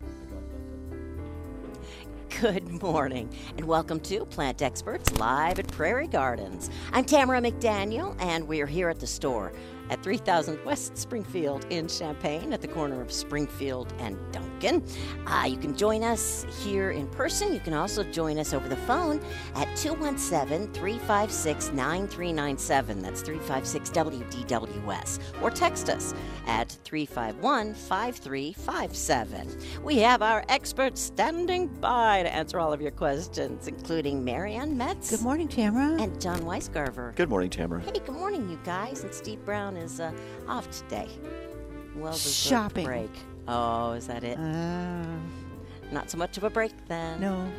Good morning, and welcome to Plant Experts Live at Prairie Gardens. I'm Tamara McDaniel, and we're here at the store at 3000 West Springfield in Champaign at the corner of Springfield and Duncan. Uh, you can join us here in person. You can also join us over the phone at 217 356 9397. That's 356 WDWS. Or text us at 351 5357. We have our experts standing by to answer all of your questions, including Marianne Metz Good morning, Tamara. and John Weisgarver. Good morning, Tamara. Hey, good morning, you guys. And Steve Brown is uh, off today. Well, Shopping. break. Oh, is that it? Uh, Ah, Not so much of a break then. no.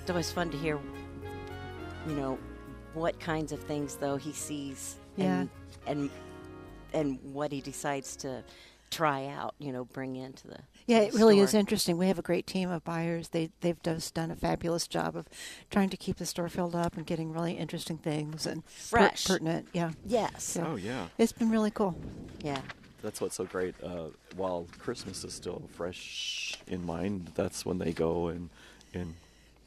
It's always fun to hear, you know, what kinds of things though he sees. Yeah. And and, and what he decides to try out. You know, bring into the. Yeah, to it the really is store. interesting. We have a great team of buyers. They they've just done a fabulous job of trying to keep the store filled up and getting really interesting things and per- Fresh. pertinent. Yeah. Yes. Yeah. Oh, yeah. It's been really cool. Yeah. That's what's so great. Uh, while Christmas is still fresh in mind, that's when they go and, and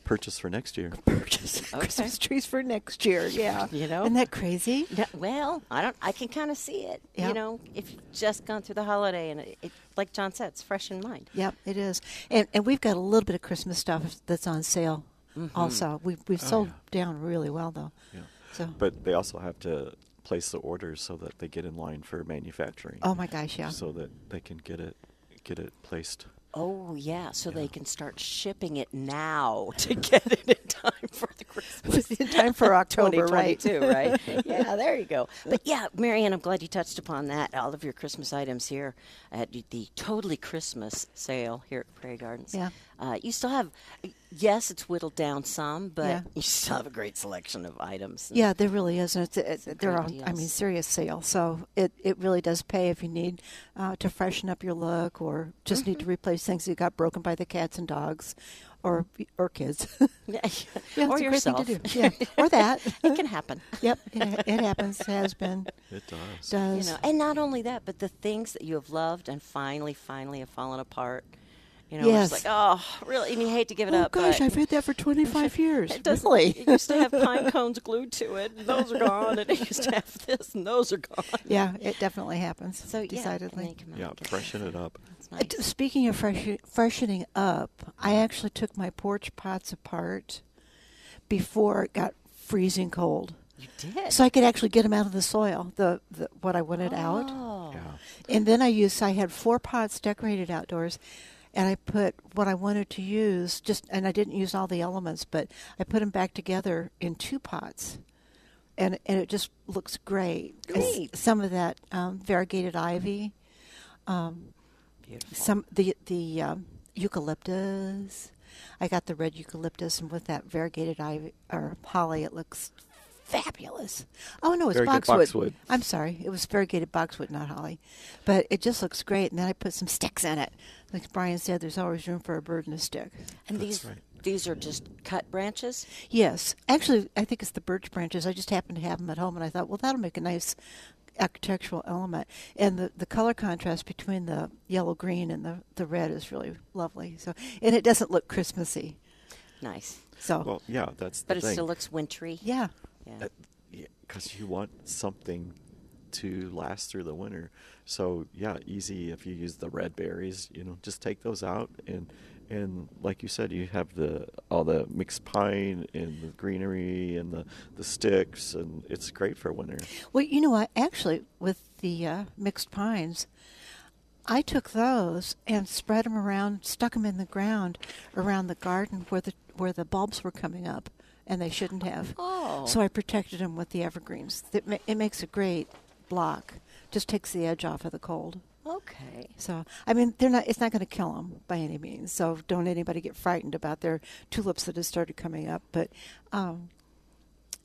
purchase for next year. Purchase Christmas trees for next year. Yeah. You know? Isn't that crazy? No, well, I don't. I can kind of see it. Yeah. You know, if you've just gone through the holiday and it, it, like John said, it's fresh in mind. Yep, it is. And and we've got a little bit of Christmas stuff that's on sale. Mm-hmm. Also, we we've sold down really well though. Yeah. So. Oh, But they also have to place the orders so that they get in line for manufacturing. oh my gosh, yeah. So that they can get it get it placed. Oh yeah, so they can start shipping it now to get it in time for the Christmas. in time for October, right? 2022, right? yeah, there you go. But yeah, Marianne, I'm glad you touched upon that. All of your Christmas items here at the Totally Christmas sale here at Prairie Gardens. Yeah. Uh, you still have, yes, it's whittled down some, but Yeah. you still have a great selection of items. Yeah, there really is, and it's, it's, they're great on. I mean, deals. serious sale, so it, it really does pay if you need uh, to freshen up your look, or just need Mm-hmm. to replace things that got broken by the cats and dogs, or or kids, Yeah, Yeah, or it's a great thing yourself. to do. Yeah, or that. it can happen. yep, it, it happens. Has been It does. does. you know and not only that but the things that you have loved and finally finally have fallen apart you know it's Yes. like oh really and you hate to give it oh up gosh, but I've had that for twenty five years. it doesn't really? it used to have pine cones glued to it and those are gone and it used to have this and those are gone yeah, it definitely happens. so yeah, and decidedly. they come out yeah, and get freshen it up. It's Uh, nice. d- Speaking of fresh, freshening up, I actually took my porch pots apart before it got freezing cold, you did so I could actually get them out of the soil, the, the what I wanted out. oh. Yeah. And then I used, I had four pots decorated outdoors, and I put what I wanted to use. Just and I didn't use all the elements, but I put them back together in two pots. And, and it just looks great. It's Great. Some of that um, variegated ivy beautiful some the the um, eucalyptus. I got the red eucalyptus, and with that variegated ivy or holly, it looks fabulous. Oh no, it's Variegated boxwood. boxwood. I'm sorry, it was variegated boxwood, not holly, but it just looks great. And then I put some sticks in it. Like Brian said, there's always room for a bird and a stick. and That's these right. these are just cut branches Yes, actually, I think it's the birch branches. I just happen to have them at home, and I thought, well, that'll make a nice architectural element. And the, the color contrast between the yellow green and the, the red is really lovely. So, and it doesn't look Christmassy. nice So, Well, yeah, that's the Oh. but it thing. Uh, still looks wintry yeah, yeah because you want something to last through the winter. So yeah, easy if you use the red berries, you know, just take those out and and like you said, you have the all the mixed pine and the greenery and the the sticks, and it's great for winter. Well, you know, I actually with the uh, mixed pines, I took those and spread them around, stuck them in the ground around the garden where the where the bulbs were coming up, and they shouldn't have. Oh. So I protected them with the evergreens. It, ma- it makes a great block. Just takes the edge off of the cold. okay So I mean, they're not. It's not going to kill them by any means. So don't anybody get frightened about their tulips that have started coming up. But um,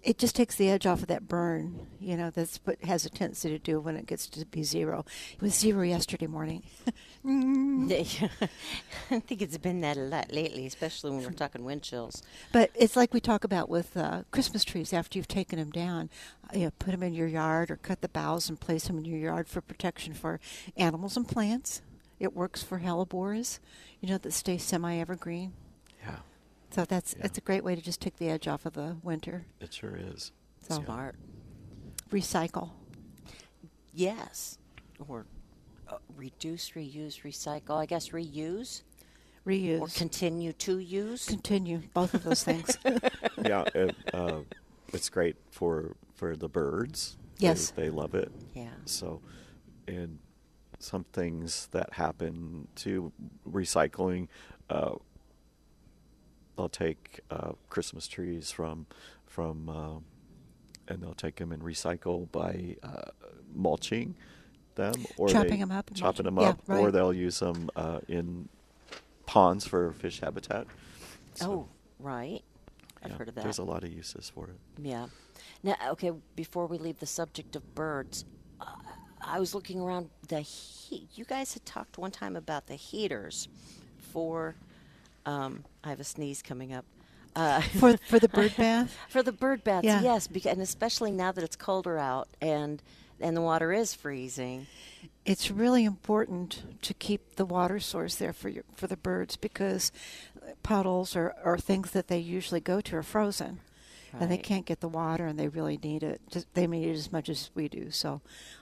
it just takes the edge off of that burn. You know, that's what it has a tendency to do when it gets to be zero. It was zero yesterday morning. Yeah. I think it's been that a lot lately, especially when we're talking wind chills. But it's like we talk about with uh, Christmas trees after you've taken them down. Uh, You know, put them in your yard or cut the boughs and place them in your yard for protection for animals and plants. It works for hellebores, you know, that stay semi evergreen. Yeah, So that's Yeah. it's a great way to just take the edge off of the winter. It sure is. So- Yeah. Smart. Recycle. Yes. Or uh, reduce, reuse, recycle. I guess reuse Reuse. or continue to use. Continue both of those things. yeah, it, uh, it's great for for the birds. They- Yes. they, love it. Yeah. So, and some things that happen to recycling. Uh, they'll take uh, Christmas trees from from, uh, and they'll take them and recycle by uh, mulching them or Chopping they- 'em up and chopping them mulching. Yeah, up, or right. they'll use them uh, in ponds for fish habitat. So, Oh, right. I've yeah, heard of that. There's a lot of uses for it. Yeah. Now, okay, before we leave the subject of birds, uh, I was looking around the heat. You guys had talked one time about the heaters for. Um, I have a sneeze coming up. Uh, for for the bird bath. for the bird baths, Yeah. yes, because, and especially now that it's colder out and and the water is freezing. it's really important to keep the water source there for your, for the birds because puddles or, or things that they usually go to are frozen and they Right. can't get the water and they really need it just, they need it as much as we do so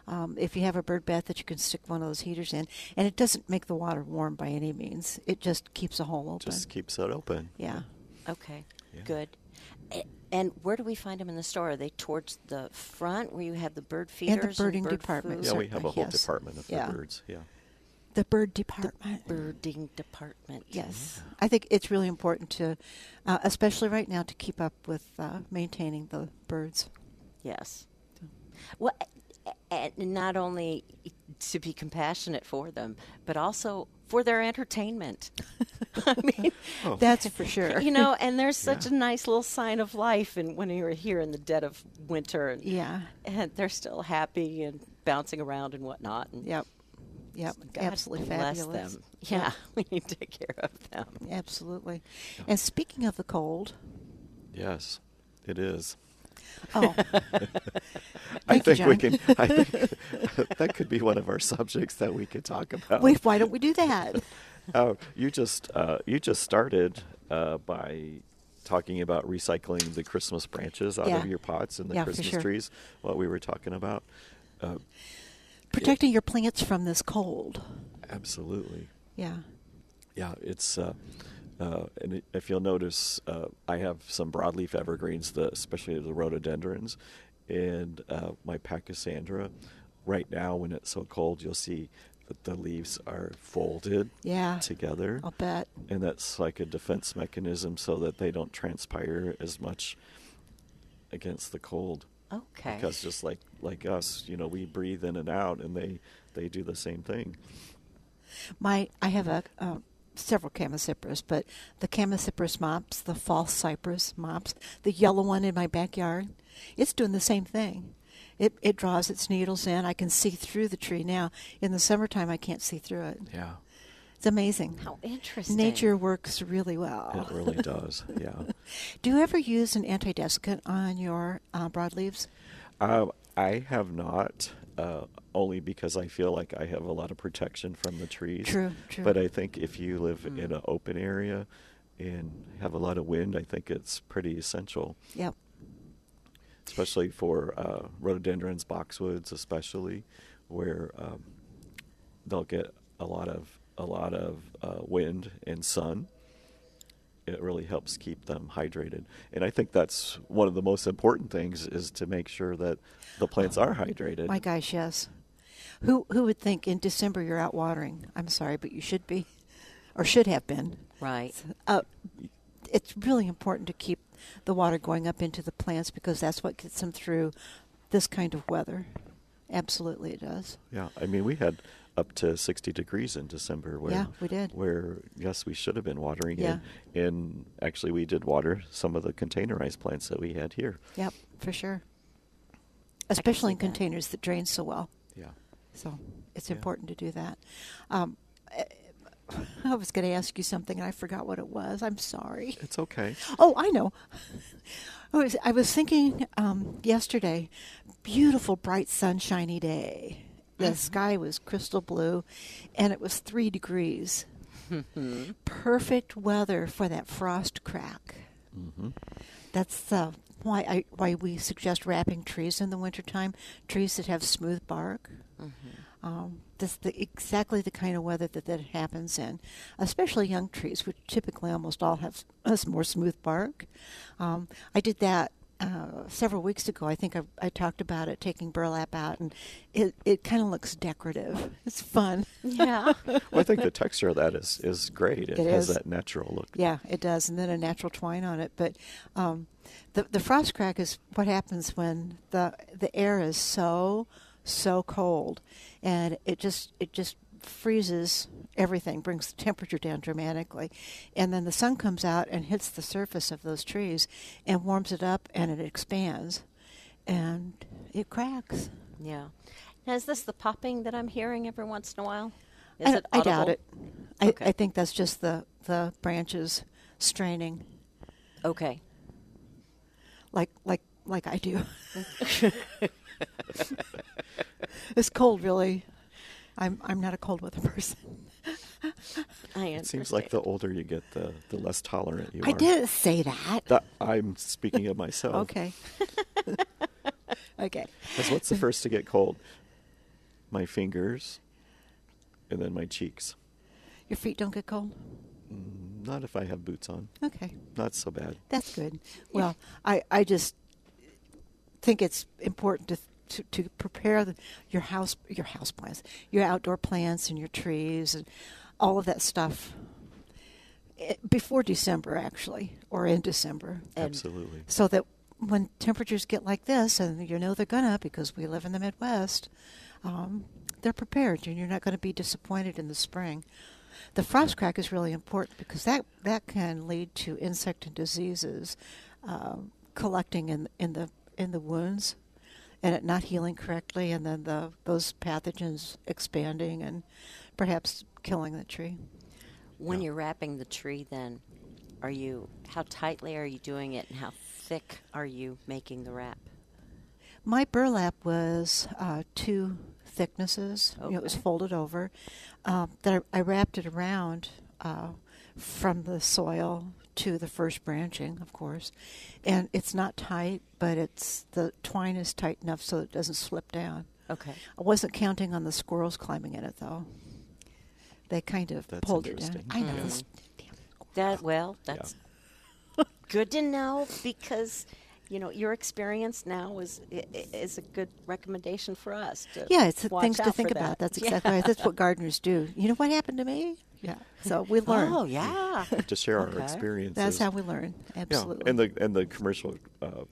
um, if you have a bird bath that you can stick one of those heaters in and it doesn't make the water warm by any means it just keeps a hole open Just keeps it open. yeah Okay, Yeah. good. A- And where do we find them in the store? Are they towards the front where you have the bird feeders And the birding bird department, food? Yeah, we have a Certainly, whole yes. department of Yeah. the birds. Yeah. the bird department birding department. Yes, I think it's really important to, uh, especially right now, to keep up with uh, maintaining the birds. Yes. Well, a- a- and not only to be compassionate for them, but also for their entertainment. I mean, Oh. That's for sure. you know, and there's such Yeah. a nice little sign of life, and when you're here in the dead of winter, and, Yeah. and they're still happy and bouncing around and whatnot. And Yep. Yep. God Absolutely bless fabulous. them. Yeah, we need to take care of them. Absolutely. And speaking of the cold, Yes, it is. oh, I Thank you, think we John. can. I think that could be one of our subjects that we could talk about. wait, why don't we do that? Oh, you just uh, you just started uh, by talking about recycling the Christmas branches out Yeah. of your pots and the Yeah, for Christmas sure. trees. What we were talking about. Uh, Protecting your plants from this cold. absolutely. Yeah. Yeah, it's uh, uh, and it, if you'll notice, uh, I have some broadleaf evergreens, the, especially the rhododendrons, and uh, my pachysandra. Right now, when it's so cold, you'll see that the leaves are folded Yeah. together, I'll bet. and that's like a defense mechanism so that they don't transpire as much against the cold. Okay. Because just like like us, you know, we breathe in and out, and they they do the same thing. My, I have a um, several camassipras, but the camassipras mops, the false cypress mops, the yellow one in my backyard, it's doing the same thing. It it draws its needles in. I can see through the tree now. In the summertime, I can't see through it. Yeah. It's amazing. How interesting. Nature works really well. It really does. Yeah. Do you ever use an antidescant on your uh, broadleaves? Um, I have not, uh, only because I feel like I have a lot of protection from the trees. True, true. Mm. But I think if you live in an open area and have a lot of wind, I think it's pretty essential, Yep. especially for uh, rhododendrons, boxwoods, especially where um, they'll get a lot of a lot of uh, wind and sun. It really helps keep them hydrated, and I think that's one of the most important things is to make sure that the plants are hydrated. My gosh, yes. Who who would think in December you're out watering? I'm sorry, but you should be, or should have been. Right. Uh, it's really important to keep the water going up into the plants because that's what gets them through this kind of weather. Absolutely, it does. Yeah, I mean, we had up to 60 degrees in December. Where, Yeah, we did. Where, yes, we should have been watering. Yeah. And, and actually, we did water some of the containerized plants that we had here. Yep, for sure. Especially in see that. containers that drain so well. Yeah. So it's Yeah. important to do that. Um, I was going to ask you something and I forgot what it was. I'm sorry. It's okay. Oh, I know. I was, I was thinking um, yesterday, beautiful, bright, Mm-hmm. sunshiny day. The sky was crystal blue and it was three degrees. Mm-hmm. Perfect weather for that frost crack. Mm-hmm. That's uh, why I, why we suggest wrapping trees in the wintertime, trees that have smooth bark. Um, that's the, exactly the kind of weather that that happens in, especially young trees, which typically almost all have s- more smooth bark. Um, I did that uh, several weeks ago. I think I, I talked about it, taking burlap out, and it, it kind of looks decorative. It's fun. Yeah. Well, I think the texture of that is, is great. It, It has is. that natural look. Yeah, it does, and then a natural twine on it. But um, the the frost crack is what happens when the the air is so so cold, and it just it just freezes everything, brings the temperature down dramatically, and then the sun comes out and hits the surface of those trees and warms it up, and it expands, and it cracks. Yeah. Now, is this the popping that I'm hearing every once in a while? Is I, don't- I doubt audible? it. I, Okay. I think that's just the the branches straining, Okay. like like like I do. It's cold, really. I'm I'm not a cold weather person. I It seems like the older you get, the, the less tolerant you I are. didn't say that. That, I'm speaking of myself. okay. okay. Because what's the first to get cold? My fingers, and then my cheeks. Your feet don't get cold. Mm, Not if I have boots on. Okay, Not so bad. that's good. Well, I I just think it's important to. To, to prepare the, your house, your house plants, your outdoor plants, and your trees, and all of that stuff eh, before December, actually, or in December. And- Absolutely. so that when temperatures get like this, and you know they're gonna because we live in the Midwest, um, they're prepared, and you're not going to be disappointed in the spring. The frost crack is really important because that that can lead to insect and diseases um, collecting in in the in the wounds, and it not healing correctly, and then the those pathogens expanding and perhaps killing the tree. When Yeah. you're wrapping the tree, then are you? How tightly are you doing it, and how thick are you making the wrap? My burlap was uh, two thicknesses. You know, it was Okay. folded over. Um, that I, I wrapped it around uh, from the soil to the first branching, of course. And it's not tight, but it's the twine is tight enough so it doesn't slip down. Okay. I wasn't counting on the squirrels climbing in it though. They kind of That's pulled it down. interesting. I know Yeah. this damn That well, that's good to know because you know your experience now is i- i- is a good recommendation for us. To Yeah, it's watch things out to for think that. about. That's Yeah. exactly right. that's what gardeners do. You know what happened to me? Yeah. So we learn. Oh yeah. To share Okay. our experiences. That's how we learn. Yeah, Absolutely. and the and the commercial uh,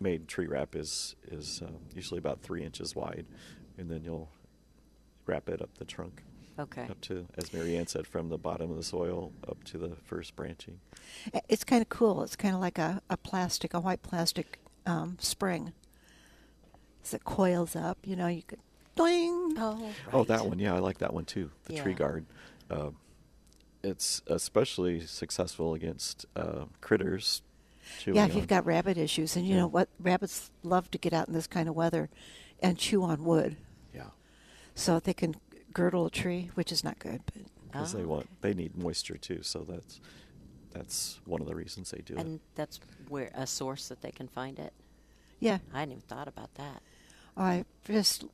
made tree wrap is is uh, usually about three inches wide, and then you'll wrap it up the trunk, Okay. up to as Mary Ann said, from the bottom of the soil up to the first branching. I- it's kind of cool. It's kind of like a, a plastic, a white plastic um, spring. So it coils up. You know, you could doing. Oh. Oh, right. that one, yeah, I like that one too. The tree Yeah. guard. Uh, it's especially successful against uh, critters. chewing yeah, if on- you've got rabbit issues, and you Yeah. know what, rabbits love to get out in this kind of weather and chew on wood, yeah, so they can girdle a tree, which is not good. But because Oh, they want okay. they need moisture too. So that's that's one of the reasons they do it. And that's where a source that they can find it. yeah, I hadn't even thought about that. I just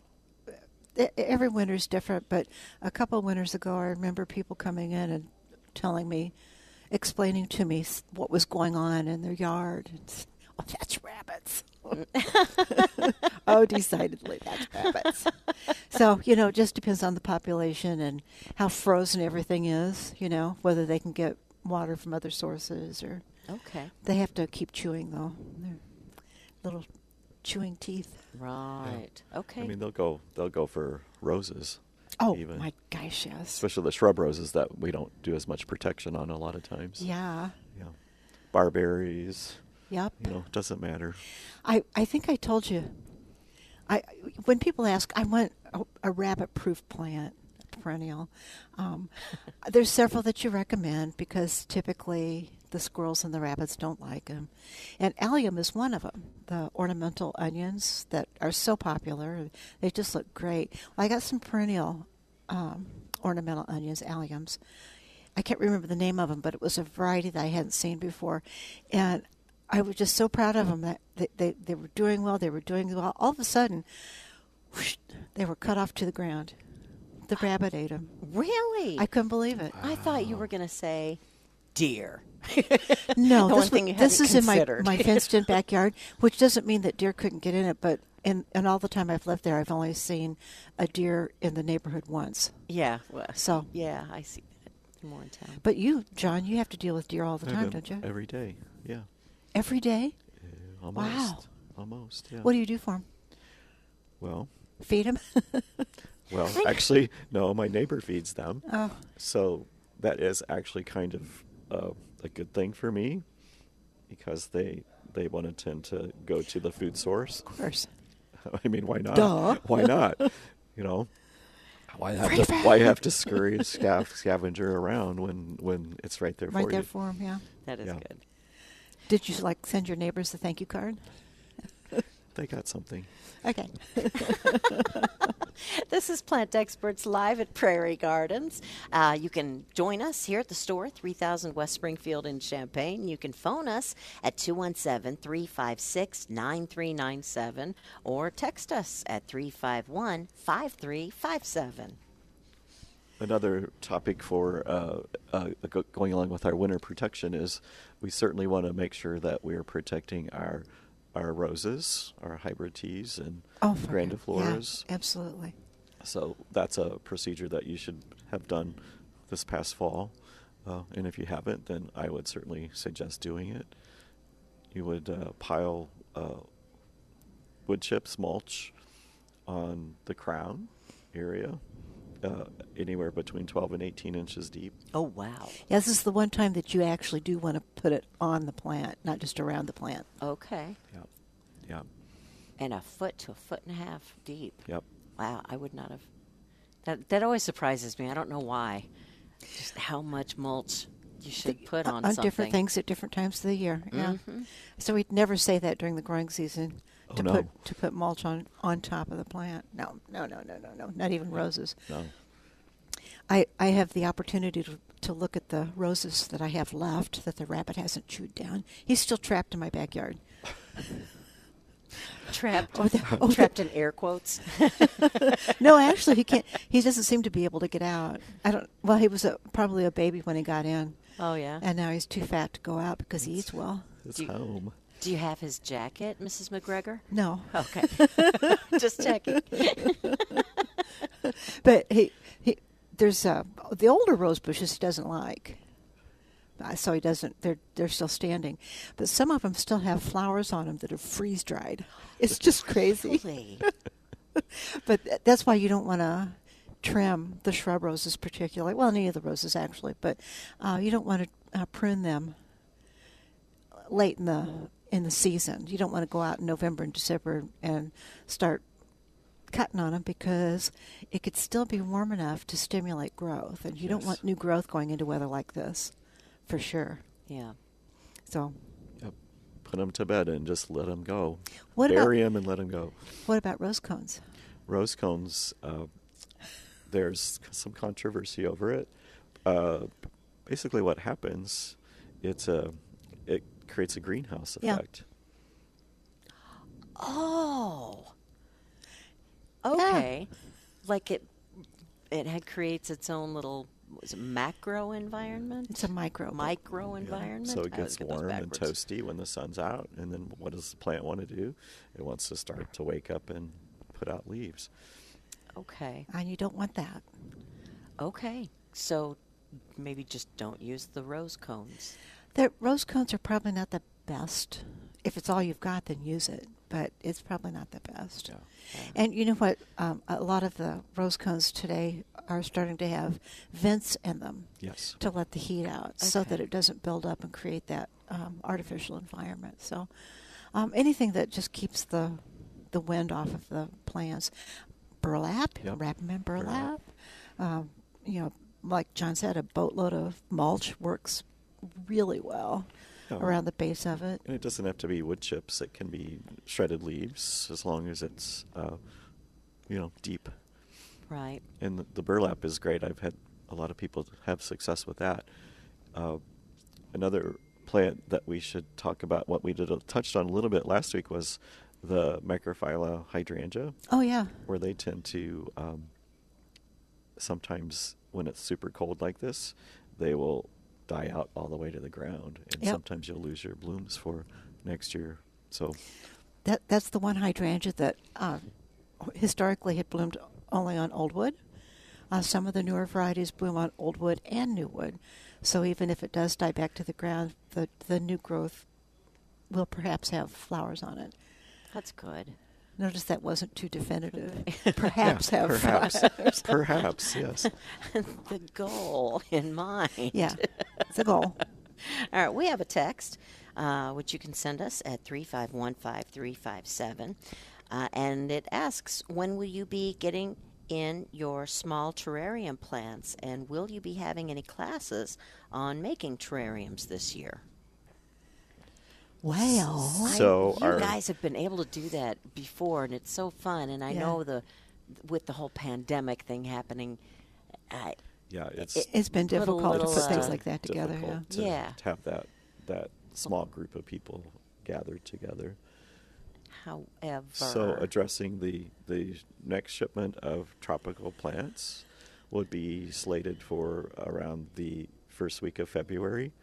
e- every winter's different, but a couple of winters ago, I remember people coming in and telling me, explaining to me s- what was going on in their yard. It's, oh, that's rabbits. oh, decidedly, that's rabbits. so you know, it just depends on the population and how frozen everything is. You know, whether they can get water from other sources or Okay. they have to keep chewing though. Their little chewing teeth. Right. Okay. I mean, they'll go they'll go for roses. Oh even. my gosh, yes. especially the shrub roses that we don't do as much protection on a lot of times. Yeah. Yeah. Barberries, Yep. you know, doesn't matter. I, I think I told you. I when people ask, I want a, a rabbit-proof plant, perennial. Um, there's several that you recommend because typically the squirrels and the rabbits don't like them, and allium is one of them. The ornamental onions that are so popular, they just look great. I got some perennial um, ornamental onions, alliums, I can't remember the name of them, but it was a variety that I hadn't seen before, and I was just so proud of them that they they, they were doing well. They were doing well. All of a sudden, whoosh, they were cut off to the ground. The rabbit ate them. Really? I couldn't believe it. I thought Ah. you were going to say deer. No, the this, one thing was- you this hadn't is in my, considered. my fenced in backyard, which doesn't mean that deer couldn't get in it, but in, in all the time I've lived there, I've only seen a deer in the neighborhood once. yeah. Well, So- yeah, I see that They're more in town. But you, John, you have to deal with deer all the time, don't you? Every day. Yeah. Every day? Uh, almost. Almost. Yeah. What do you do for them? Well, Feed them? well, actually, no. My neighbor feeds them, oh, so that is actually kind of uh, a good thing for me because they they want to tend to go to the food source. of course. I mean, why not? Duh. Why not? You know, why have Free to food. why have to scurry and scav- scavenger around when when it's right there right for there you? for them, yeah. That is yeah. good. Did you like send your neighbors a thank you card? They got something. Okay. This is Plant Experts live at Prairie Gardens. Uh, you can join us here at the store, 3000 West Springfield in Champaign. You can phone us at 217 356 9397 or text us at 351 5357. Another topic for uh, uh, go- going along with our winter protection is we certainly want to make sure that we're protecting our our roses, our hybrid teas, and Oh, for- grandifloras. Yeah, absolutely. So that's a procedure that you should have done this past fall. Uh, and if you haven't, then I would certainly suggest doing it. You would uh, pile uh, wood chips, mulch on the crown area, uh, anywhere between 12 and 18 inches deep. Oh, wow. Yeah, this is the one time that you actually do want to put it on the plant, not just around the plant. Okay. Yep. Yep. And a foot to a foot and a half deep. Yep. Wow, I would not have. That, that always surprises me. I don't know why. Just how much mulch you should put on, on something. Mm-hmm. different things at different times of the year. Yeah. So we'd never say that during the growing season Oh, to no. put to put mulch on on top of the plant. No, no, no, no, no, no. Not even roses. No. I I have the opportunity to to look at the roses that I have left that the rabbit hasn't chewed down. He's still trapped in my backyard. Trapped, Oh, the- oh, the- trapped in air quotes. no, actually, he can't. He doesn't seem to be able to get out. I don't. Well, he was a, probably a baby when he got in, Oh yeah. and uh, now he's too fat to go out because he eats well. It's Do you- home. Do you have his jacket, Mrs. McGregor? No, Okay. Just checking. But he, he there's uh, the older rose bushes he doesn't like. Uh, So he doesn't. They're they're still standing, but some of them still have flowers on them that are freeze dried. It's just crazy. Really? But th- that's why you don't want to trim the shrub roses, particularly. Well, any of the roses actually, but uh, you don't want to uh, prune them late in the in the season. You don't want to go out in November and December and start cutting on them because it could still be warm enough to stimulate growth, and you don't Yes. want new growth going into weather like this, for sure. Yeah. So, Yep. Put them to bed and just let them go. What about- Bury them and let them go. what about rose cones? rose cones. Uh, there's some controversy over it. Uh, basically, what happens, it's a, it creates a greenhouse Yeah. effect. Oh. Okay. Like it, it had creates its own little was it macro environment. It's a micro, but- micro Yeah. environment. So it I always gets get those warm and backwards. toasty when the sun's out, and then what does the plant want to do? It wants to start to wake up and put out leaves. Okay. And you don't want that. Okay. So maybe just don't use the rose cones. The rose cones are probably not the best. If it's all you've got, then use it. But it's probably not the best. Yeah. Uh, And you know what? Um, a lot of the rose cones today are starting to have vents in them Yes. to let the heat out, so Okay. that it doesn't build up and create that um, artificial environment. So um, anything that just keeps the the wind off of the plants, burlap, Yep. wrap them in burlap. Burlap. Um, you know, like John said, a boatload of mulch works really well Yeah. around the base of it. And it doesn't have to be wood chips. It can be shredded leaves, as long as it's, uh, you know, deep Right. And the- the burlap is great. I've had a a lot of people have success with that. Uh, another plant that we should talk about, what we did uh, touched on a little bit last week, was the Microphylla hydrangea, Oh yeah. where they tend to um, sometimes when it's super cold like this, they will die out all the way to the ground, and Yep. sometimes you'll lose your blooms for next year. So That that's the one hydrangea that uh, historically had bloomed only on old wood. Uh, some of the newer varieties bloom on old wood and new wood, so even if it does die back to the ground, the the new growth will perhaps have flowers on it. That's good. Notice that wasn't too definitive. Perhaps yeah, have perhaps, flowers. perhaps, yes. the goal in mind. yeah, it's a goal. All right, we have a text uh, which you can send us at 3515357. Uh, and it asks, when will you be getting in your small terrarium plants? And will you be having any classes on making terrariums this year? Well, Oh. So I, you our- guys have been able to do that before, and it's so fun. And I Yeah. know the with the whole pandemic thing happening, I, Yeah, it's it's been Little- difficult little, to put things uh, like that together. Yeah. difficult to Yeah. have that that small group of people gathered together. however, So addressing the the next shipment of tropical plants would be slated for around the first week of February.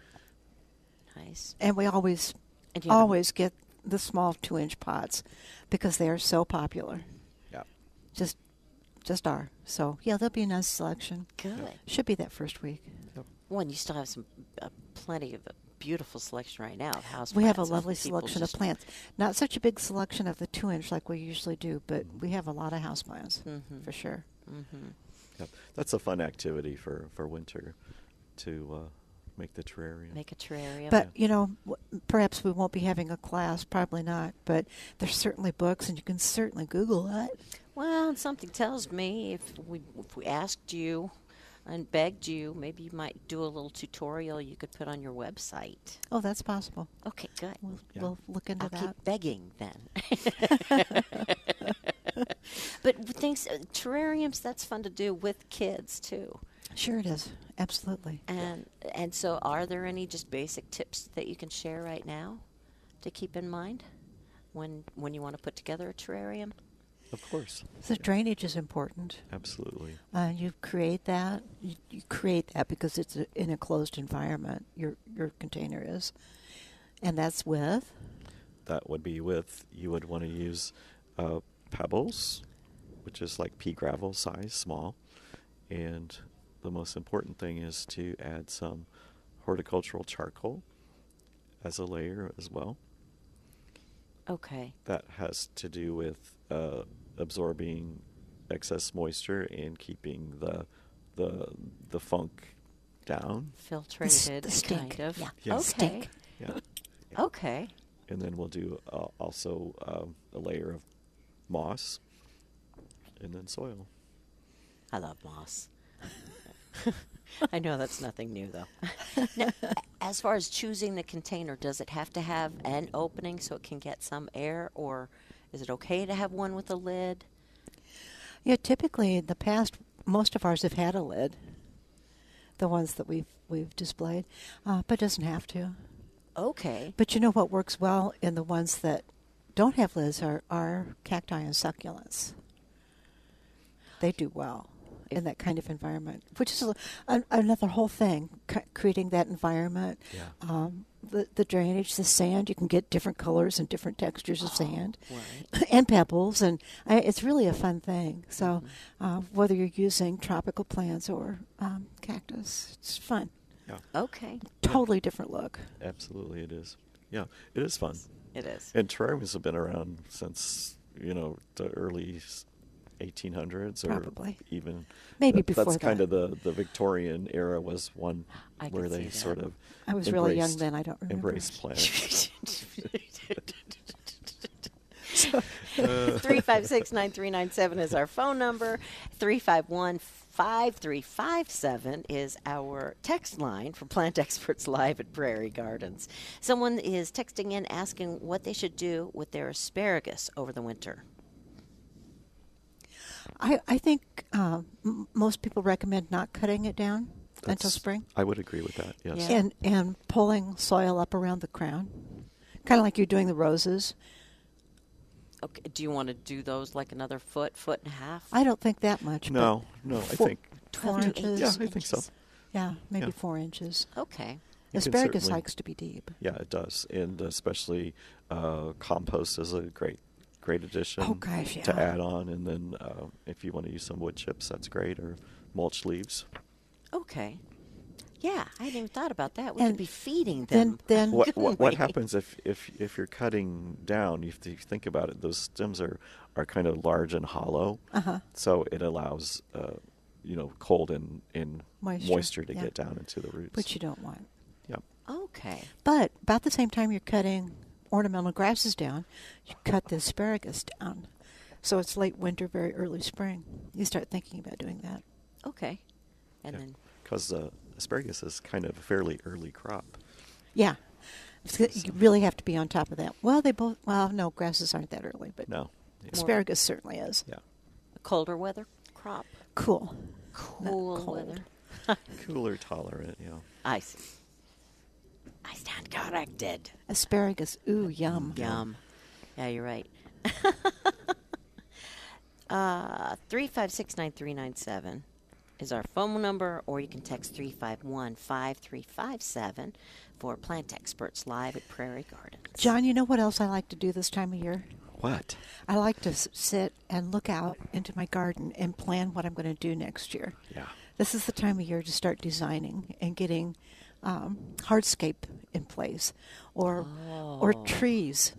nice. And we always, And do you have a- always get the small two-inch pots because they are so popular. Yeah. Just, just are. So yeah, there'll be a nice selection. Good. Should be that first week. One, you still have some uh, plenty of beautiful selection right now of house. We have a plants. lovely People selection just- of plants. Not such a big selection of the two-inch like we usually do, but we have a lot of house plants Mm-hmm. for sure. Yep. That's a fun activity for for winter to uh, make the terrarium. Make a terrarium. But you know, w- perhaps we won't be having a class. Probably not. But there's certainly books, and you can certainly Google it. well, and something tells me if we if we asked you and begged you, maybe you might do a little tutorial you could put on your website. Oh, that's possible. Okay, good. We'll, Yeah. we'll look into I'll that. keep begging then. but things, terrariums, that's fun to do with kids too. Sure, it is. Absolutely. And Um, and so, are there any just basic tips that you can share right now to keep in mind when when you want to put together a terrarium? Of course. So drainage is important. Absolutely. Uh, you create that. You, you create that because it's a, in a closed environment. Your your container is, and that's with. that would be with you would want to use uh, pebbles, which is like pea gravel size, small. And the most important thing is to add some horticultural charcoal as a layer as well. Okay, That has to do with uh, absorbing excess moisture and keeping the the the funk down. filtrated, the stink, kind of. yeah. Yeah. Okay. Stink. Yeah. Okay. and then we'll do uh, also um, a layer of moss and then soil. I love moss. I know that's nothing new though. now, as far as choosing the container, does it have to have an opening so it can get some air, or is it okay to have one with a lid? Yeah, typically in the past, most of ours have had a lid. The ones that we've we've displayed, uh, but doesn't have to. Okay. But you know what works well in the ones that don't have lids are, are cacti and succulents. They do well in that kind of environment, which is a, a, another whole thing, c- creating that environment. Yeah. Um, the, the drainage, the sand, you can get different colors and different textures of sand Right. and pebbles, and I, it's really a fun thing. So, Mm-hmm. uh, whether you're using tropical plants or um, cactus, it's fun. Yeah, Oh. Okay. Totally different look. absolutely, it is. Yeah, it is fun. It is. And terrariums have been around since you know the early s- 1800s, or Probably. even Maybe that- before That's kind that. of the the Victorian era was one I can where see they that. sort of. I was really young embraced- then, I don't remember. Embraced plants. Three five six nine three nine seven is our phone number. Three five one five three five seven is our text line for Plant Experts Live at Prairie Gardens. Someone is texting in asking what they should do with their asparagus over the winter. I, I think uh, m- most people recommend not cutting it down until That's- spring I would agree with that. Yes. Yeah. and and pulling soil up around the crown, kind of like you're doing the roses. Okay, do you want to do those like another foot, foot and a half? I don't think that much. but No, no, I Four- think four Up to inches. yeah, I eight think so. inches. Yeah, maybe Yeah. four inches. Okay. You can Asparagus certainly- likes to be deep. Yeah, it does, and especially uh, compost is a great, great addition. Oh, gosh, To yeah. add on, and then uh, if you want to use some wood chips, that's great, or mulch leaves. Okay. Yeah, I hadn't even thought about that. We could And be feeding them. then- then- What what, what Wait. happens if, if if you're cutting down? If you think about it, those stems are are kind of large and hollow, Uh-huh. so it allows uh, you know cold and, and Moisture, to yeah. get down into the roots. Which you don't want. yeah. Okay. But about the same time you're cutting ornamental grasses down, you cut the asparagus down. So it's late winter, very early spring. You start thinking about doing that. Okay. And then because uh, asparagus is kind of a fairly early crop. Yeah. It's g- You really have to be on top of that. Well, they both, well, no, grasses aren't that early, but No, yeah, More- asparagus certainly is. yeah. colder weather crop. Cool. Not Cool cold. weather. cooler tolerant. Yeah, I see. I stand corrected. Asparagus, ooh, yum. Yum. Yeah, you're right. uh, three five six nine three nine seven is our phone number, or you can text 351 5357 for Plant Experts Live at Prairie Gardens. John, you know what else I like to do this time of year? What? I like to s- sit and look out into my garden and plan what I'm going to do next year. Yeah. This is the time of year to start designing and getting um, hardscape in place, or or Oh. trees.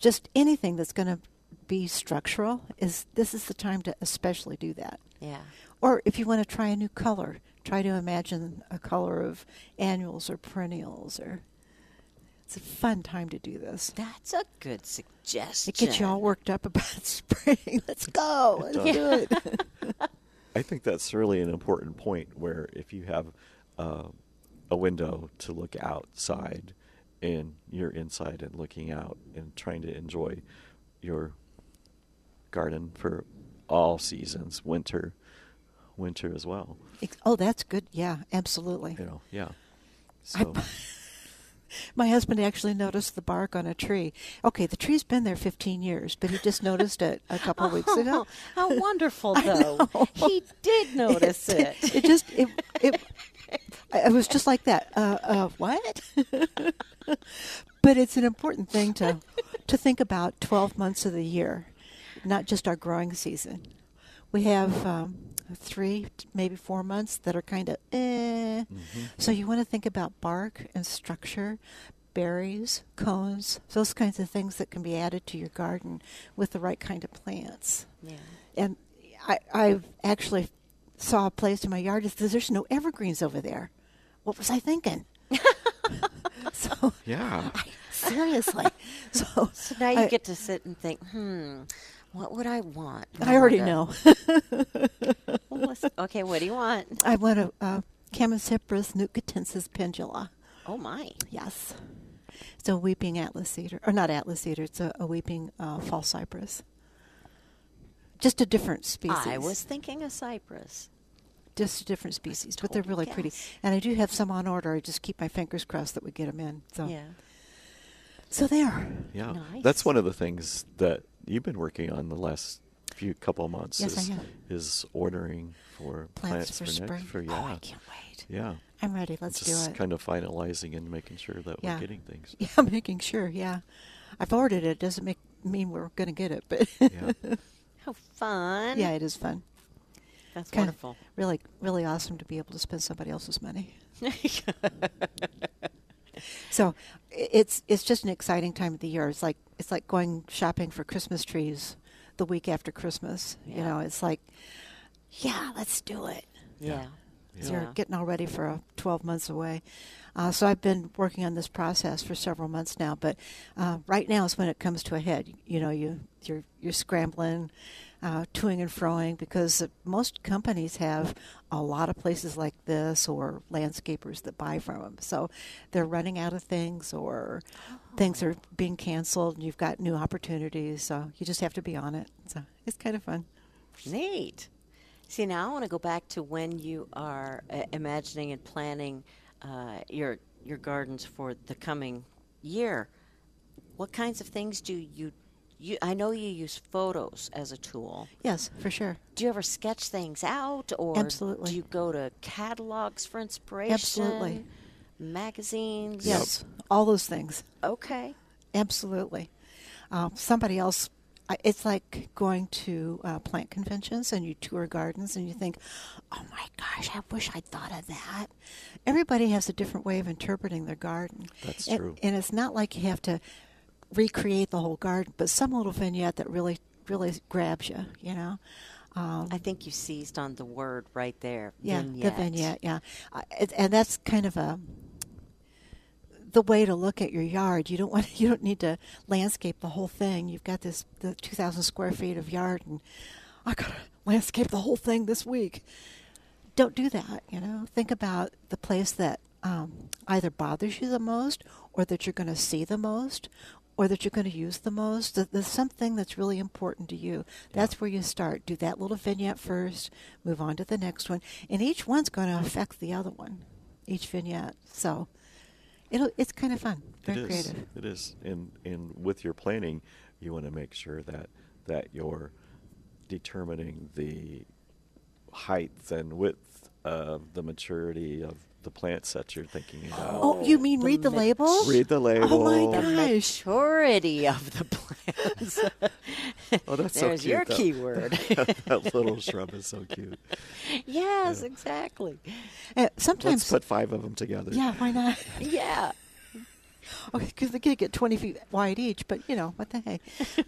Just anything that's going to be structural is this is the time to especially do that. Yeah. Or if you want to try a new color, try to imagine a color of annuals or perennials. Or it's a fun time to do this. That's a good suggestion. It gets you all worked up about spring. Let's go. It Let's do it. I think that's really an important point where if you have uh, a window to look outside and you're inside and looking out and trying to enjoy your garden for all seasons, winter, winter as well. Ex- oh, that's good. Yeah, absolutely. You know, yeah. I- So My husband actually noticed the bark on a tree. Okay, the tree's been there 15 years, but he just noticed it a couple weeks ago. How wonderful, I though. know. He did notice it. It, just it, it I- it was just like that. Uh, uh, what? but it's an important thing to to think about 12 months of the year, not just our growing season. We have um, three, maybe four months that are kind of eh. mm-hmm. So you want to think about bark and structure, berries, cones, those kinds of things that can be added to your garden with the right kind of plants yeah. and I, I actually saw a place in my yard. It says there's no evergreens over there. What was I thinking? so yeah. seriously, so, So now you I- get to sit and think, hmm, what would I want? I already Rhonda? know. Well, listen- okay, what do you want? I want a uh, Camasiprus nucatensis pendula. Oh, my. Yes, it's a weeping atlas cedar, or not atlas cedar. It's a, a weeping uh, fall cypress. Just a different species. I was thinking of cypress. just a different species, but they're total really pretty. guess. And I do have some on order. I just keep my fingers crossed that we get them in. So Yeah. So there. Yeah, Nice. that's one of the things that you've been working on the last few couple of months. Yes, I is, have. is ordering for Plants, for next- spring. for- Oh, I yeah, can't wait. yeah. I'm ready. Let's Just do it. kind of finalizing and making sure that Yeah. we're getting things. yeah, I'm making sure. Yeah, I've ordered it. Doesn't make mean we're going to get it, but Yeah. How fun. yeah, it is fun. That's Kinda wonderful. Really, really awesome to be able to spend somebody else's money. So i- it's it's just an exciting time of the year. It's like it's like going shopping for Christmas trees the week after Christmas. You Yeah. know, it's like, yeah, let's do it. yeah. Yeah. So you're getting all ready for uh, 12 months away. Uh, so I've been working on this process for several months now, but uh, right now is when it comes to a head. You know, you you're you're scrambling, uh, toing and froing because most companies have a lot of places like this or landscapers that buy from them. So they're running out of things or things are being canceled and you've got new opportunities. So you just have to be on it. So it's kind of fun. Neat. See, now I want to go back to when you are uh, imagining and planning uh, your your gardens for the coming year. What kinds of things do you, you? I know you use photos as a tool. Yes, for sure. Do you ever sketch things out, or Absolutely. do you go to catalogs for inspiration? Absolutely. Magazines. Yes, all those things. Okay. Absolutely. Um, somebody else, I- it's like going to uh, plant conventions and you tour gardens and you think, oh my gosh, I wish I'd thought of that. Everybody has a different way of interpreting their garden. That's And- true. And it's not like you have to recreate the whole garden, but some little vignette that really, really grabs you, you know? Um, I think you seized on the word right there. yeah, vignette. the vignette. Yeah, uh, it, and that's kind of a the way to look at your yard. You don't want you don't need to landscape the whole thing. You've got this the two thousand square feet of yard, and I gotta landscape the whole thing this week. Don't do that. You know, think about the place that um, either bothers you the most, or that you're going to see the most. Or that you're going to use the most. That There's something that's really important to you. That's where you start. Do that little vignette first, move on to the next one. And each one's going to affect the other one, each vignette. So it'll, it's kind of fun, It very is. creative. It is. And and with your planning, you want to make sure that that you're determining the height and width of the maturity of the plants that you're thinking about. Oh, you mean the read the mix. label? Read the label. Oh the my gosh. maturity of the plants. Oh, that's so There's cute, your though. keyword. that little shrub is so cute. yes, exactly. Uh, Let's sometimes. put five of them together. yeah, why not? Yeah. Okay, because they could get 20 feet wide each, but you know, what the heck.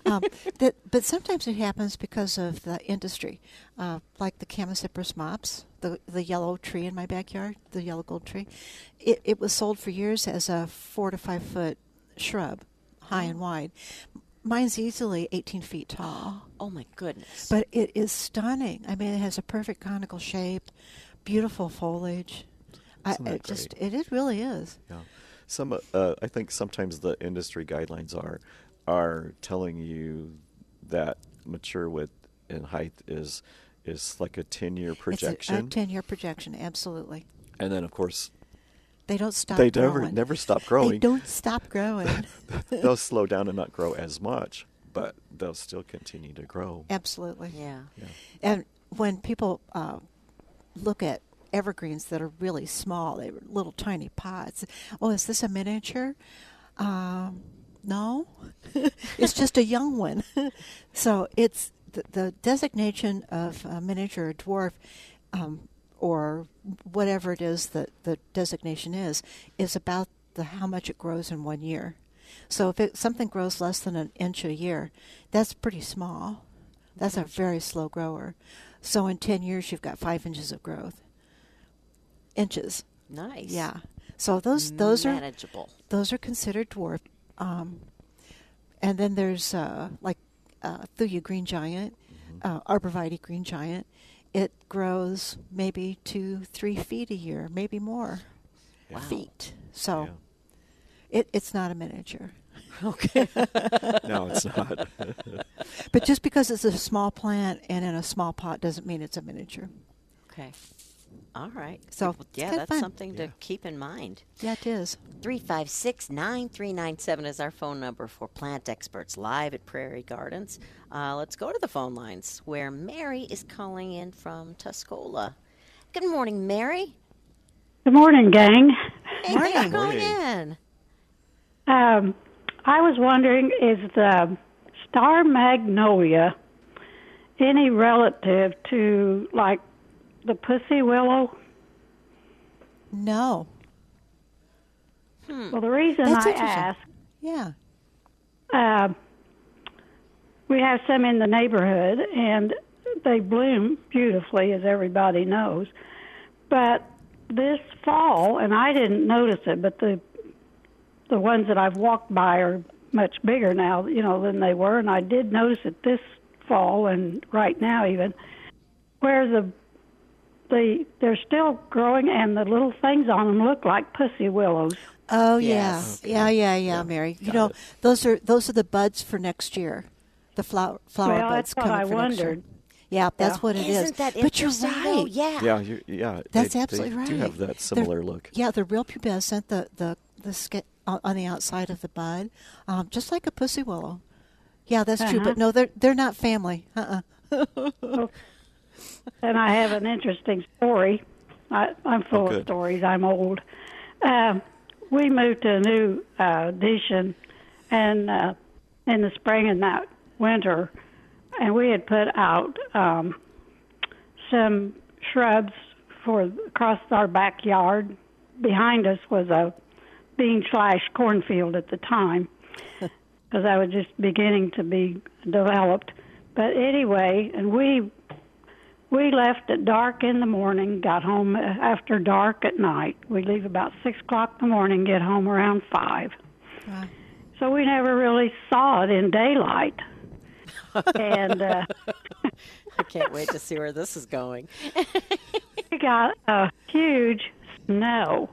Um, that, but sometimes it happens because of the industry, uh, like the Camacypris mops, the, the yellow tree in my backyard, the yellow gold tree. It, it was sold for years as a four to five foot shrub, high Mm. and wide. Mine's easily 18 feet tall. Oh my goodness. But it is stunning. I mean, it has a perfect conical shape, beautiful foliage. I, Isn't that it just great? it, it really is. Yeah. Some uh, I think sometimes the industry guidelines are are telling you that mature width and height is is like a 10-year projection. It's a- a, ten year projection, absolutely. and then of course They don't stop. They never- growing. never stop growing. They don't stop growing. they'll slow down and not grow as much, but they'll still continue to grow. absolutely. yeah. Yeah. And when people uh, look at evergreens that are really small, they were little tiny pods. Oh, is this a miniature? Um, no, it's just a young one. so it's the, the designation of a miniature, a dwarf, um, or whatever it is that the designation is, is about the how much it grows in one year. So if it, something grows less than an inch a year, that's pretty small. That's a very slow grower. So in 10 years, you've got five inches of growth. Inches. Nice. Yeah. So those those are manageable. those are considered dwarf. Um, and then there's uh, like uh, Thuya green giant, uh, arborvitae green giant. It grows maybe two, three feet a year, maybe more Yeah. feet. So Yeah. it, it's not a miniature. Okay. No, it's not. But just because it's a small plant and in a small pot doesn't mean it's a miniature. okay. All right. So, Well, yeah, it's kinda that's fun. something Yeah. to keep in mind. Yeah, it is. 356 9397 is our phone number for plant experts live at Prairie Gardens. Uh, let's go to the phone lines where Mary is calling in from Tuscola. Good morning, Mary. Good morning, gang. Hey, thanks for calling Morning. in. Um, I was wondering, is the star magnolia any relative to like the pussy willow? No. Well, the reason Hmm. That's I interesting. ask, Yeah. um we have some in the neighborhood, and they bloom beautifully, as everybody knows. But this fall, and I didn't notice it, but the the ones that I've walked by are much bigger now, you know, than they were, and I did notice it this fall and right now even, where the the they're still growing and the little things on them look like pussy willows. Oh Yes. yeah. yeah, yeah, yeah, Mary. You know, those are those are the buds for next year. The flower flower Well, buds that's what coming I for next year. wondered. Yeah, that's Yeah. what it is. Isn't that but you're interesting, right. though? Yeah. Yeah, you, yeah. they- That's they absolutely right. Do have that The- similar look. Yeah, the real pubescent, the the the skin on on the outside of the bud, um, just like a pussy willow. Yeah, that's true. Uh-huh. But no, they're they're not family. Uh-uh. And I have an interesting story. I, I'm full Oh, of good. stories. I'm old. Um, we moved to a new uh, addition, and uh, in the spring and that winter, and we had put out um, some shrubs for across our backyard. Behind us was a bean slash cornfield at the time because I was just beginning to be developed. But anyway, and we we left at dark in the morning, got home uh, after dark at night. We leave about six o'clock in the morning, get home around five. Wow. So we never really saw it in daylight. and uh, I can't wait to see where this is going. we got a huge snow,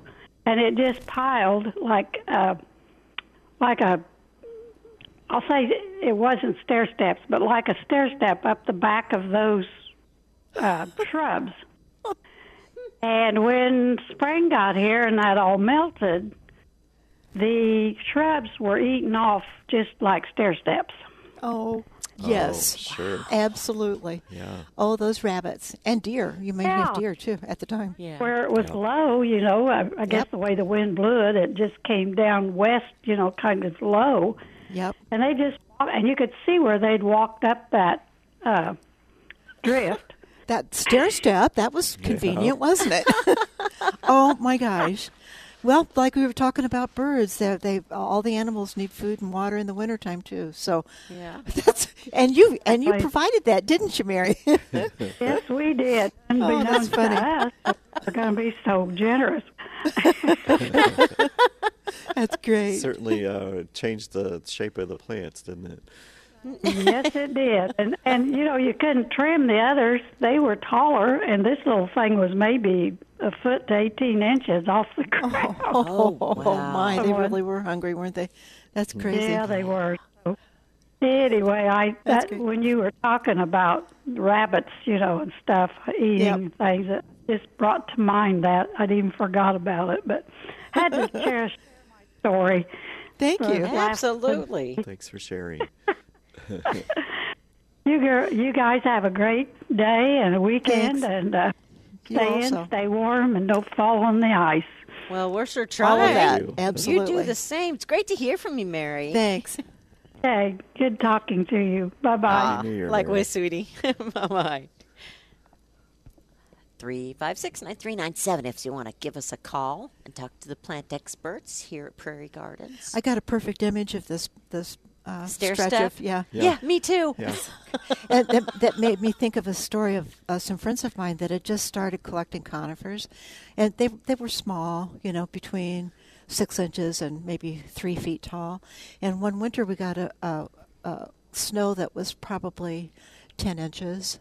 and it just piled like a, like a. I'll say it wasn't stair steps, but like a stair step up the back of those uh, shrubs. And when spring got here and that all melted, the shrubs were eaten off just like stair steps. Oh, yes, Oh, sure. absolutely. Yeah. Oh, those rabbits and deer. You may have Yeah. deer too at the time. Yeah. Where it was low, you know, I, I guess Yep. the way the wind blew it, it just came down west, you know, kind of low. Yep. And they just, and you could see where they'd walked up that uh, drift. That stair step, that was convenient, wasn't it? oh my gosh. Well, like we were talking about birds, they, they all the animals need food and water in the wintertime too. So Yeah. that's and you and you Right. provided that, didn't you, Mary? yes, we did. Oh, that's Unbeknownst to us, we're going to be so generous. that's great. Certainly uh, changed the shape of the plants, didn't it? yes, it did. And and you know you couldn't trim the others; they were taller, and this little thing was maybe a foot to eighteen inches off the ground. Oh, wow. my, they Someone- really were hungry, weren't they? That's crazy. Yeah, they were. So, anyway, I That's that good. when you were talking about rabbits, you know, and stuff eating Yep. things, it just brought to mind that I'd even forgot about it, but had to cherish my story. Thank you. Absolutely. Thanks for sharing. You gir- you guys have a great day and a weekend, Thanks. and uh, You stay also. in, stay warm, and don't fall on the ice. Well, we're sure All trying. of that. you. You Absolutely. do the same. It's great to hear from you, Mary. Thanks. Hey, good talking to you. Bye bye. Happy New Year, Mary. Likewise, Uh, sweetie. bye bye. Three five six nine three nine seven. If you want to give us a call and talk to the plant experts here at Prairie Gardens. I got a perfect image of this this uh, Stair stretch step. of yeah. yeah. me too. Yeah. that, that, that made me think of a story of uh, some friends of mine that had just started collecting conifers, and they they were small, you know, between six inches and maybe three feet tall. And one winter we got a, a, a snow that was probably ten inches,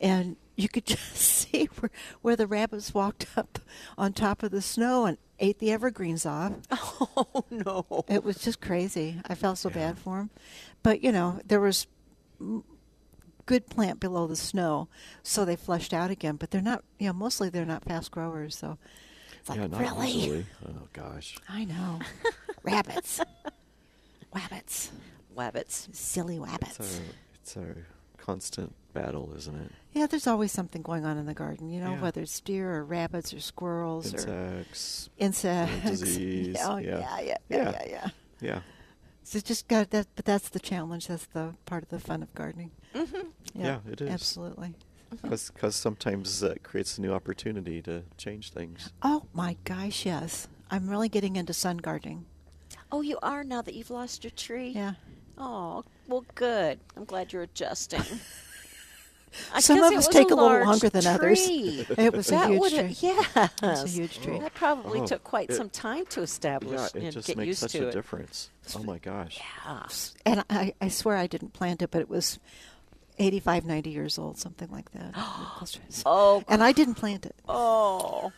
and you could just see where where the rabbits walked up on top of the snow and ate the evergreens off. Oh no. It was just crazy. I felt so bad for him. But, you know, there was m- good plant below the snow, so they flushed out again. But they're not, you know, mostly they're not fast growers. So it's like, yeah, not really? usually. Oh gosh. I know. rabbits. Rabbits. Wabbits. Silly rabbits. It's a, it's a constant battle, isn't it? Yeah, there's always something going on in the garden, you know, Yeah. whether it's deer or rabbits or squirrels or Insects. insects. disease, Yeah, oh, yeah. yeah, yeah, yeah, Yeah. yeah, yeah. Yeah. So just got that, but that's the challenge. That's the part of the fun of gardening. Mm-hmm. Yeah, it is. Absolutely. Because sometimes that creates a new opportunity to change things. Oh my gosh, yes. I'm really getting into sun gardening. Oh, you are now that you've lost your tree. Yeah. Oh, well, good. I'm glad you're adjusting. I Some guess of it us was take a, little large longer than others. tree. It was that a huge would tree. yeah, It's a huge tree. That probably Oh, took quite it- some time to establish Yeah, it and just get makes used such to a it. difference. Oh my gosh. Ah, And I, I swear I didn't plant it, but it was 85, 90 years old, something like that. Oh. And I didn't plant it. Oh,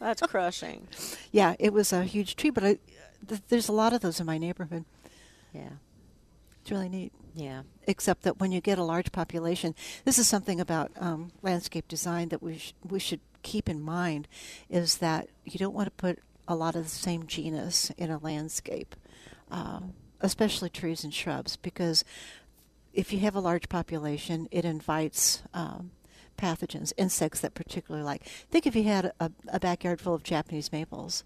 that's crushing. Yeah, it was a huge tree, but I, th- there's a lot of those in my neighborhood. Yeah, It's really neat. yeah, Except that when you get a large population, this is something about um, landscape design that we sh- we should keep in mind is that you don't want to put a lot of the same genus in a landscape, um, especially trees and shrubs, because if you have a large population, it invites um, pathogens, insects that particularly like. Think if you had a, a backyard full of Japanese maples,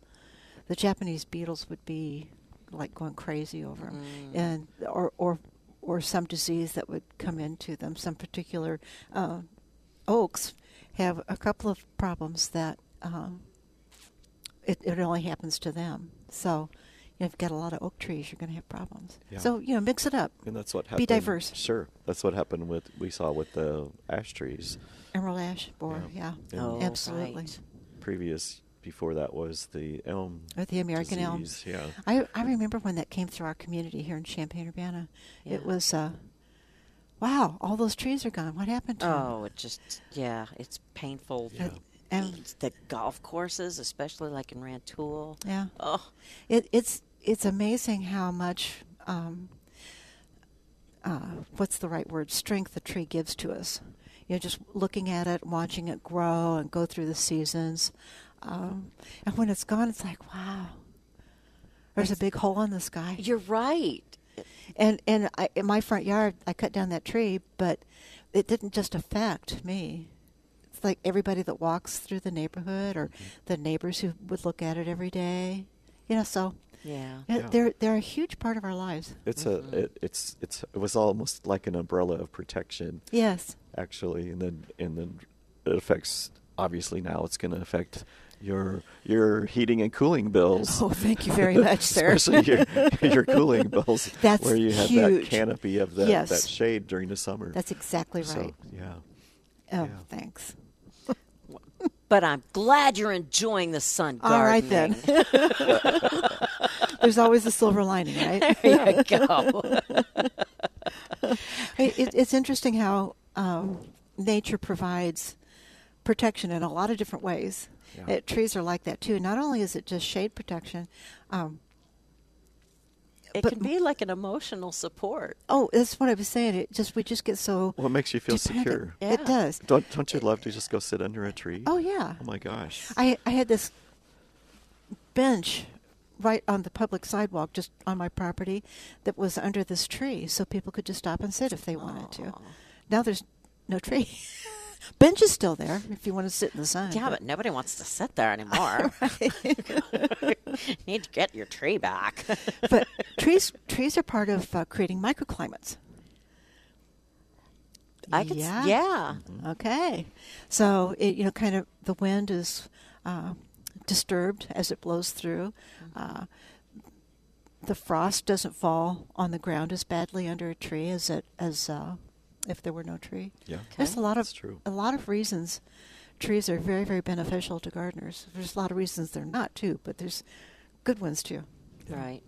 the Japanese beetles would be like going crazy over them, Mm. Mm-hmm. and or or or some disease that would come into them. Some particular uh, oaks have a couple of problems that um, it, it only happens to them. So. you know, If you've got a lot of oak trees, you're going to have problems. Yeah. So you know, mix it up. And that's what happened. Be diverse. Sure. That's what happened with we saw with the ash trees. Emerald ash borer, Yeah. yeah, Yeah. Oh, absolutely. right. Previous before that was the elm. Or the American elm. disease, Yeah. I I remember when that came through our community here in Champaign Urbana. It Yeah. was uh, wow, all those trees are gone. What happened to 'em? Oh, it just yeah, it's painful. Yeah. And- the golf courses, especially like in Rantoul. Yeah. Oh, It, it's it's amazing how much um, uh, what's the right word strength the tree gives to us. You know, just looking at it, watching it grow and go through the seasons, um, and when it's gone, it's like wow. There's a big hole in the sky. you're right. And and I, in my front yard, I cut down that tree, but it didn't just affect me. It's like everybody that walks through the neighborhood or Mm-hmm. the neighbors who would look at it every day. You know, so Yeah. yeah, Yeah. they're they're a huge part of our lives. It's a it, it's it's it was almost like an umbrella of protection Yes. actually and then and then it affects obviously now it's going to affect your your heating and cooling bills. Oh, thank you very much, sir. Especially your, your cooling bills That's where you have that huge. canopy of that, Yes. that shade during the summer. That's exactly right. So, yeah. oh, yeah. thanks. But I'm glad you're enjoying the sun gardening. All right then. There's always a silver lining, right? there you go. it, it- it's interesting how um, nature provides protection in a lot of different ways. Yeah. Uh, trees are like that too. Not only is it just shade protection, um, It But- can be like an emotional support. oh, that's what I was saying. It just we just get so Well, it makes you feel dependent. secure. Yeah. It does. Don't don't you love to just go sit under a tree? Oh yeah. Oh my gosh. I I had this bench right on the public sidewalk just on my property that was under this tree so people could just stop and sit if they wanted to. Now there's no tree. bench is still there if you want to sit in the sun. Yeah, but- but nobody wants to sit there anymore. you need to get your tree back. but trees trees are part of uh, creating microclimates. I could, yeah. Yeah. yeah. Mm-hmm. Okay, so it you know kind of the wind is uh, disturbed as it blows through. Mm-hmm. Uh, the frost doesn't fall on the ground as badly under a tree as it as uh, if there were no tree. Yeah. There's a lot of That's true. a lot of reasons trees are very very beneficial to gardeners. There's a lot of reasons they're not too, but there's good ones too. Right.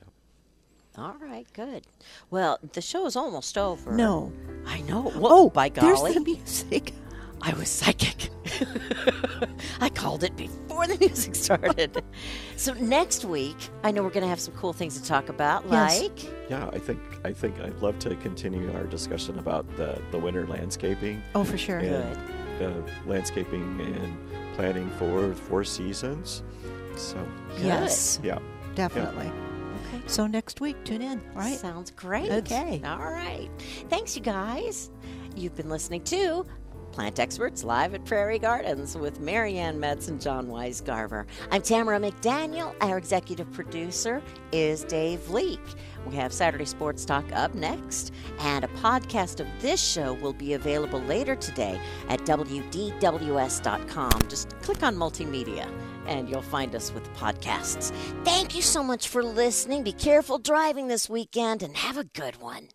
Yeah. All right, good. Well, the show is almost over. No. Oh, I know. Whoa, Oh, by golly. There's the music. I was psychic. I called it before the music started. so next week, I know we're going to have some cool things to talk about, Yes. like Yeah, I think I think I'd love to continue our discussion about the, the winter landscaping Oh, for sure. and uh, landscaping and planning for four seasons. So Yes. yeah, Definitely. Okay. So next week, tune in. All right. Sounds great. Okay. All right. Thanks, you guys. You've been listening to Plant Experts Live at Prairie Gardens with Marianne Metz and John Wise Garver. I'm Tamara McDaniel. Our executive producer is Dave Leake. We have Saturday Sports Talk up next, and a podcast of this show will be available later today at WDWS.com. Just click on multimedia and you'll find us with podcasts. Thank you so much for listening. Be careful driving this weekend and have a good one.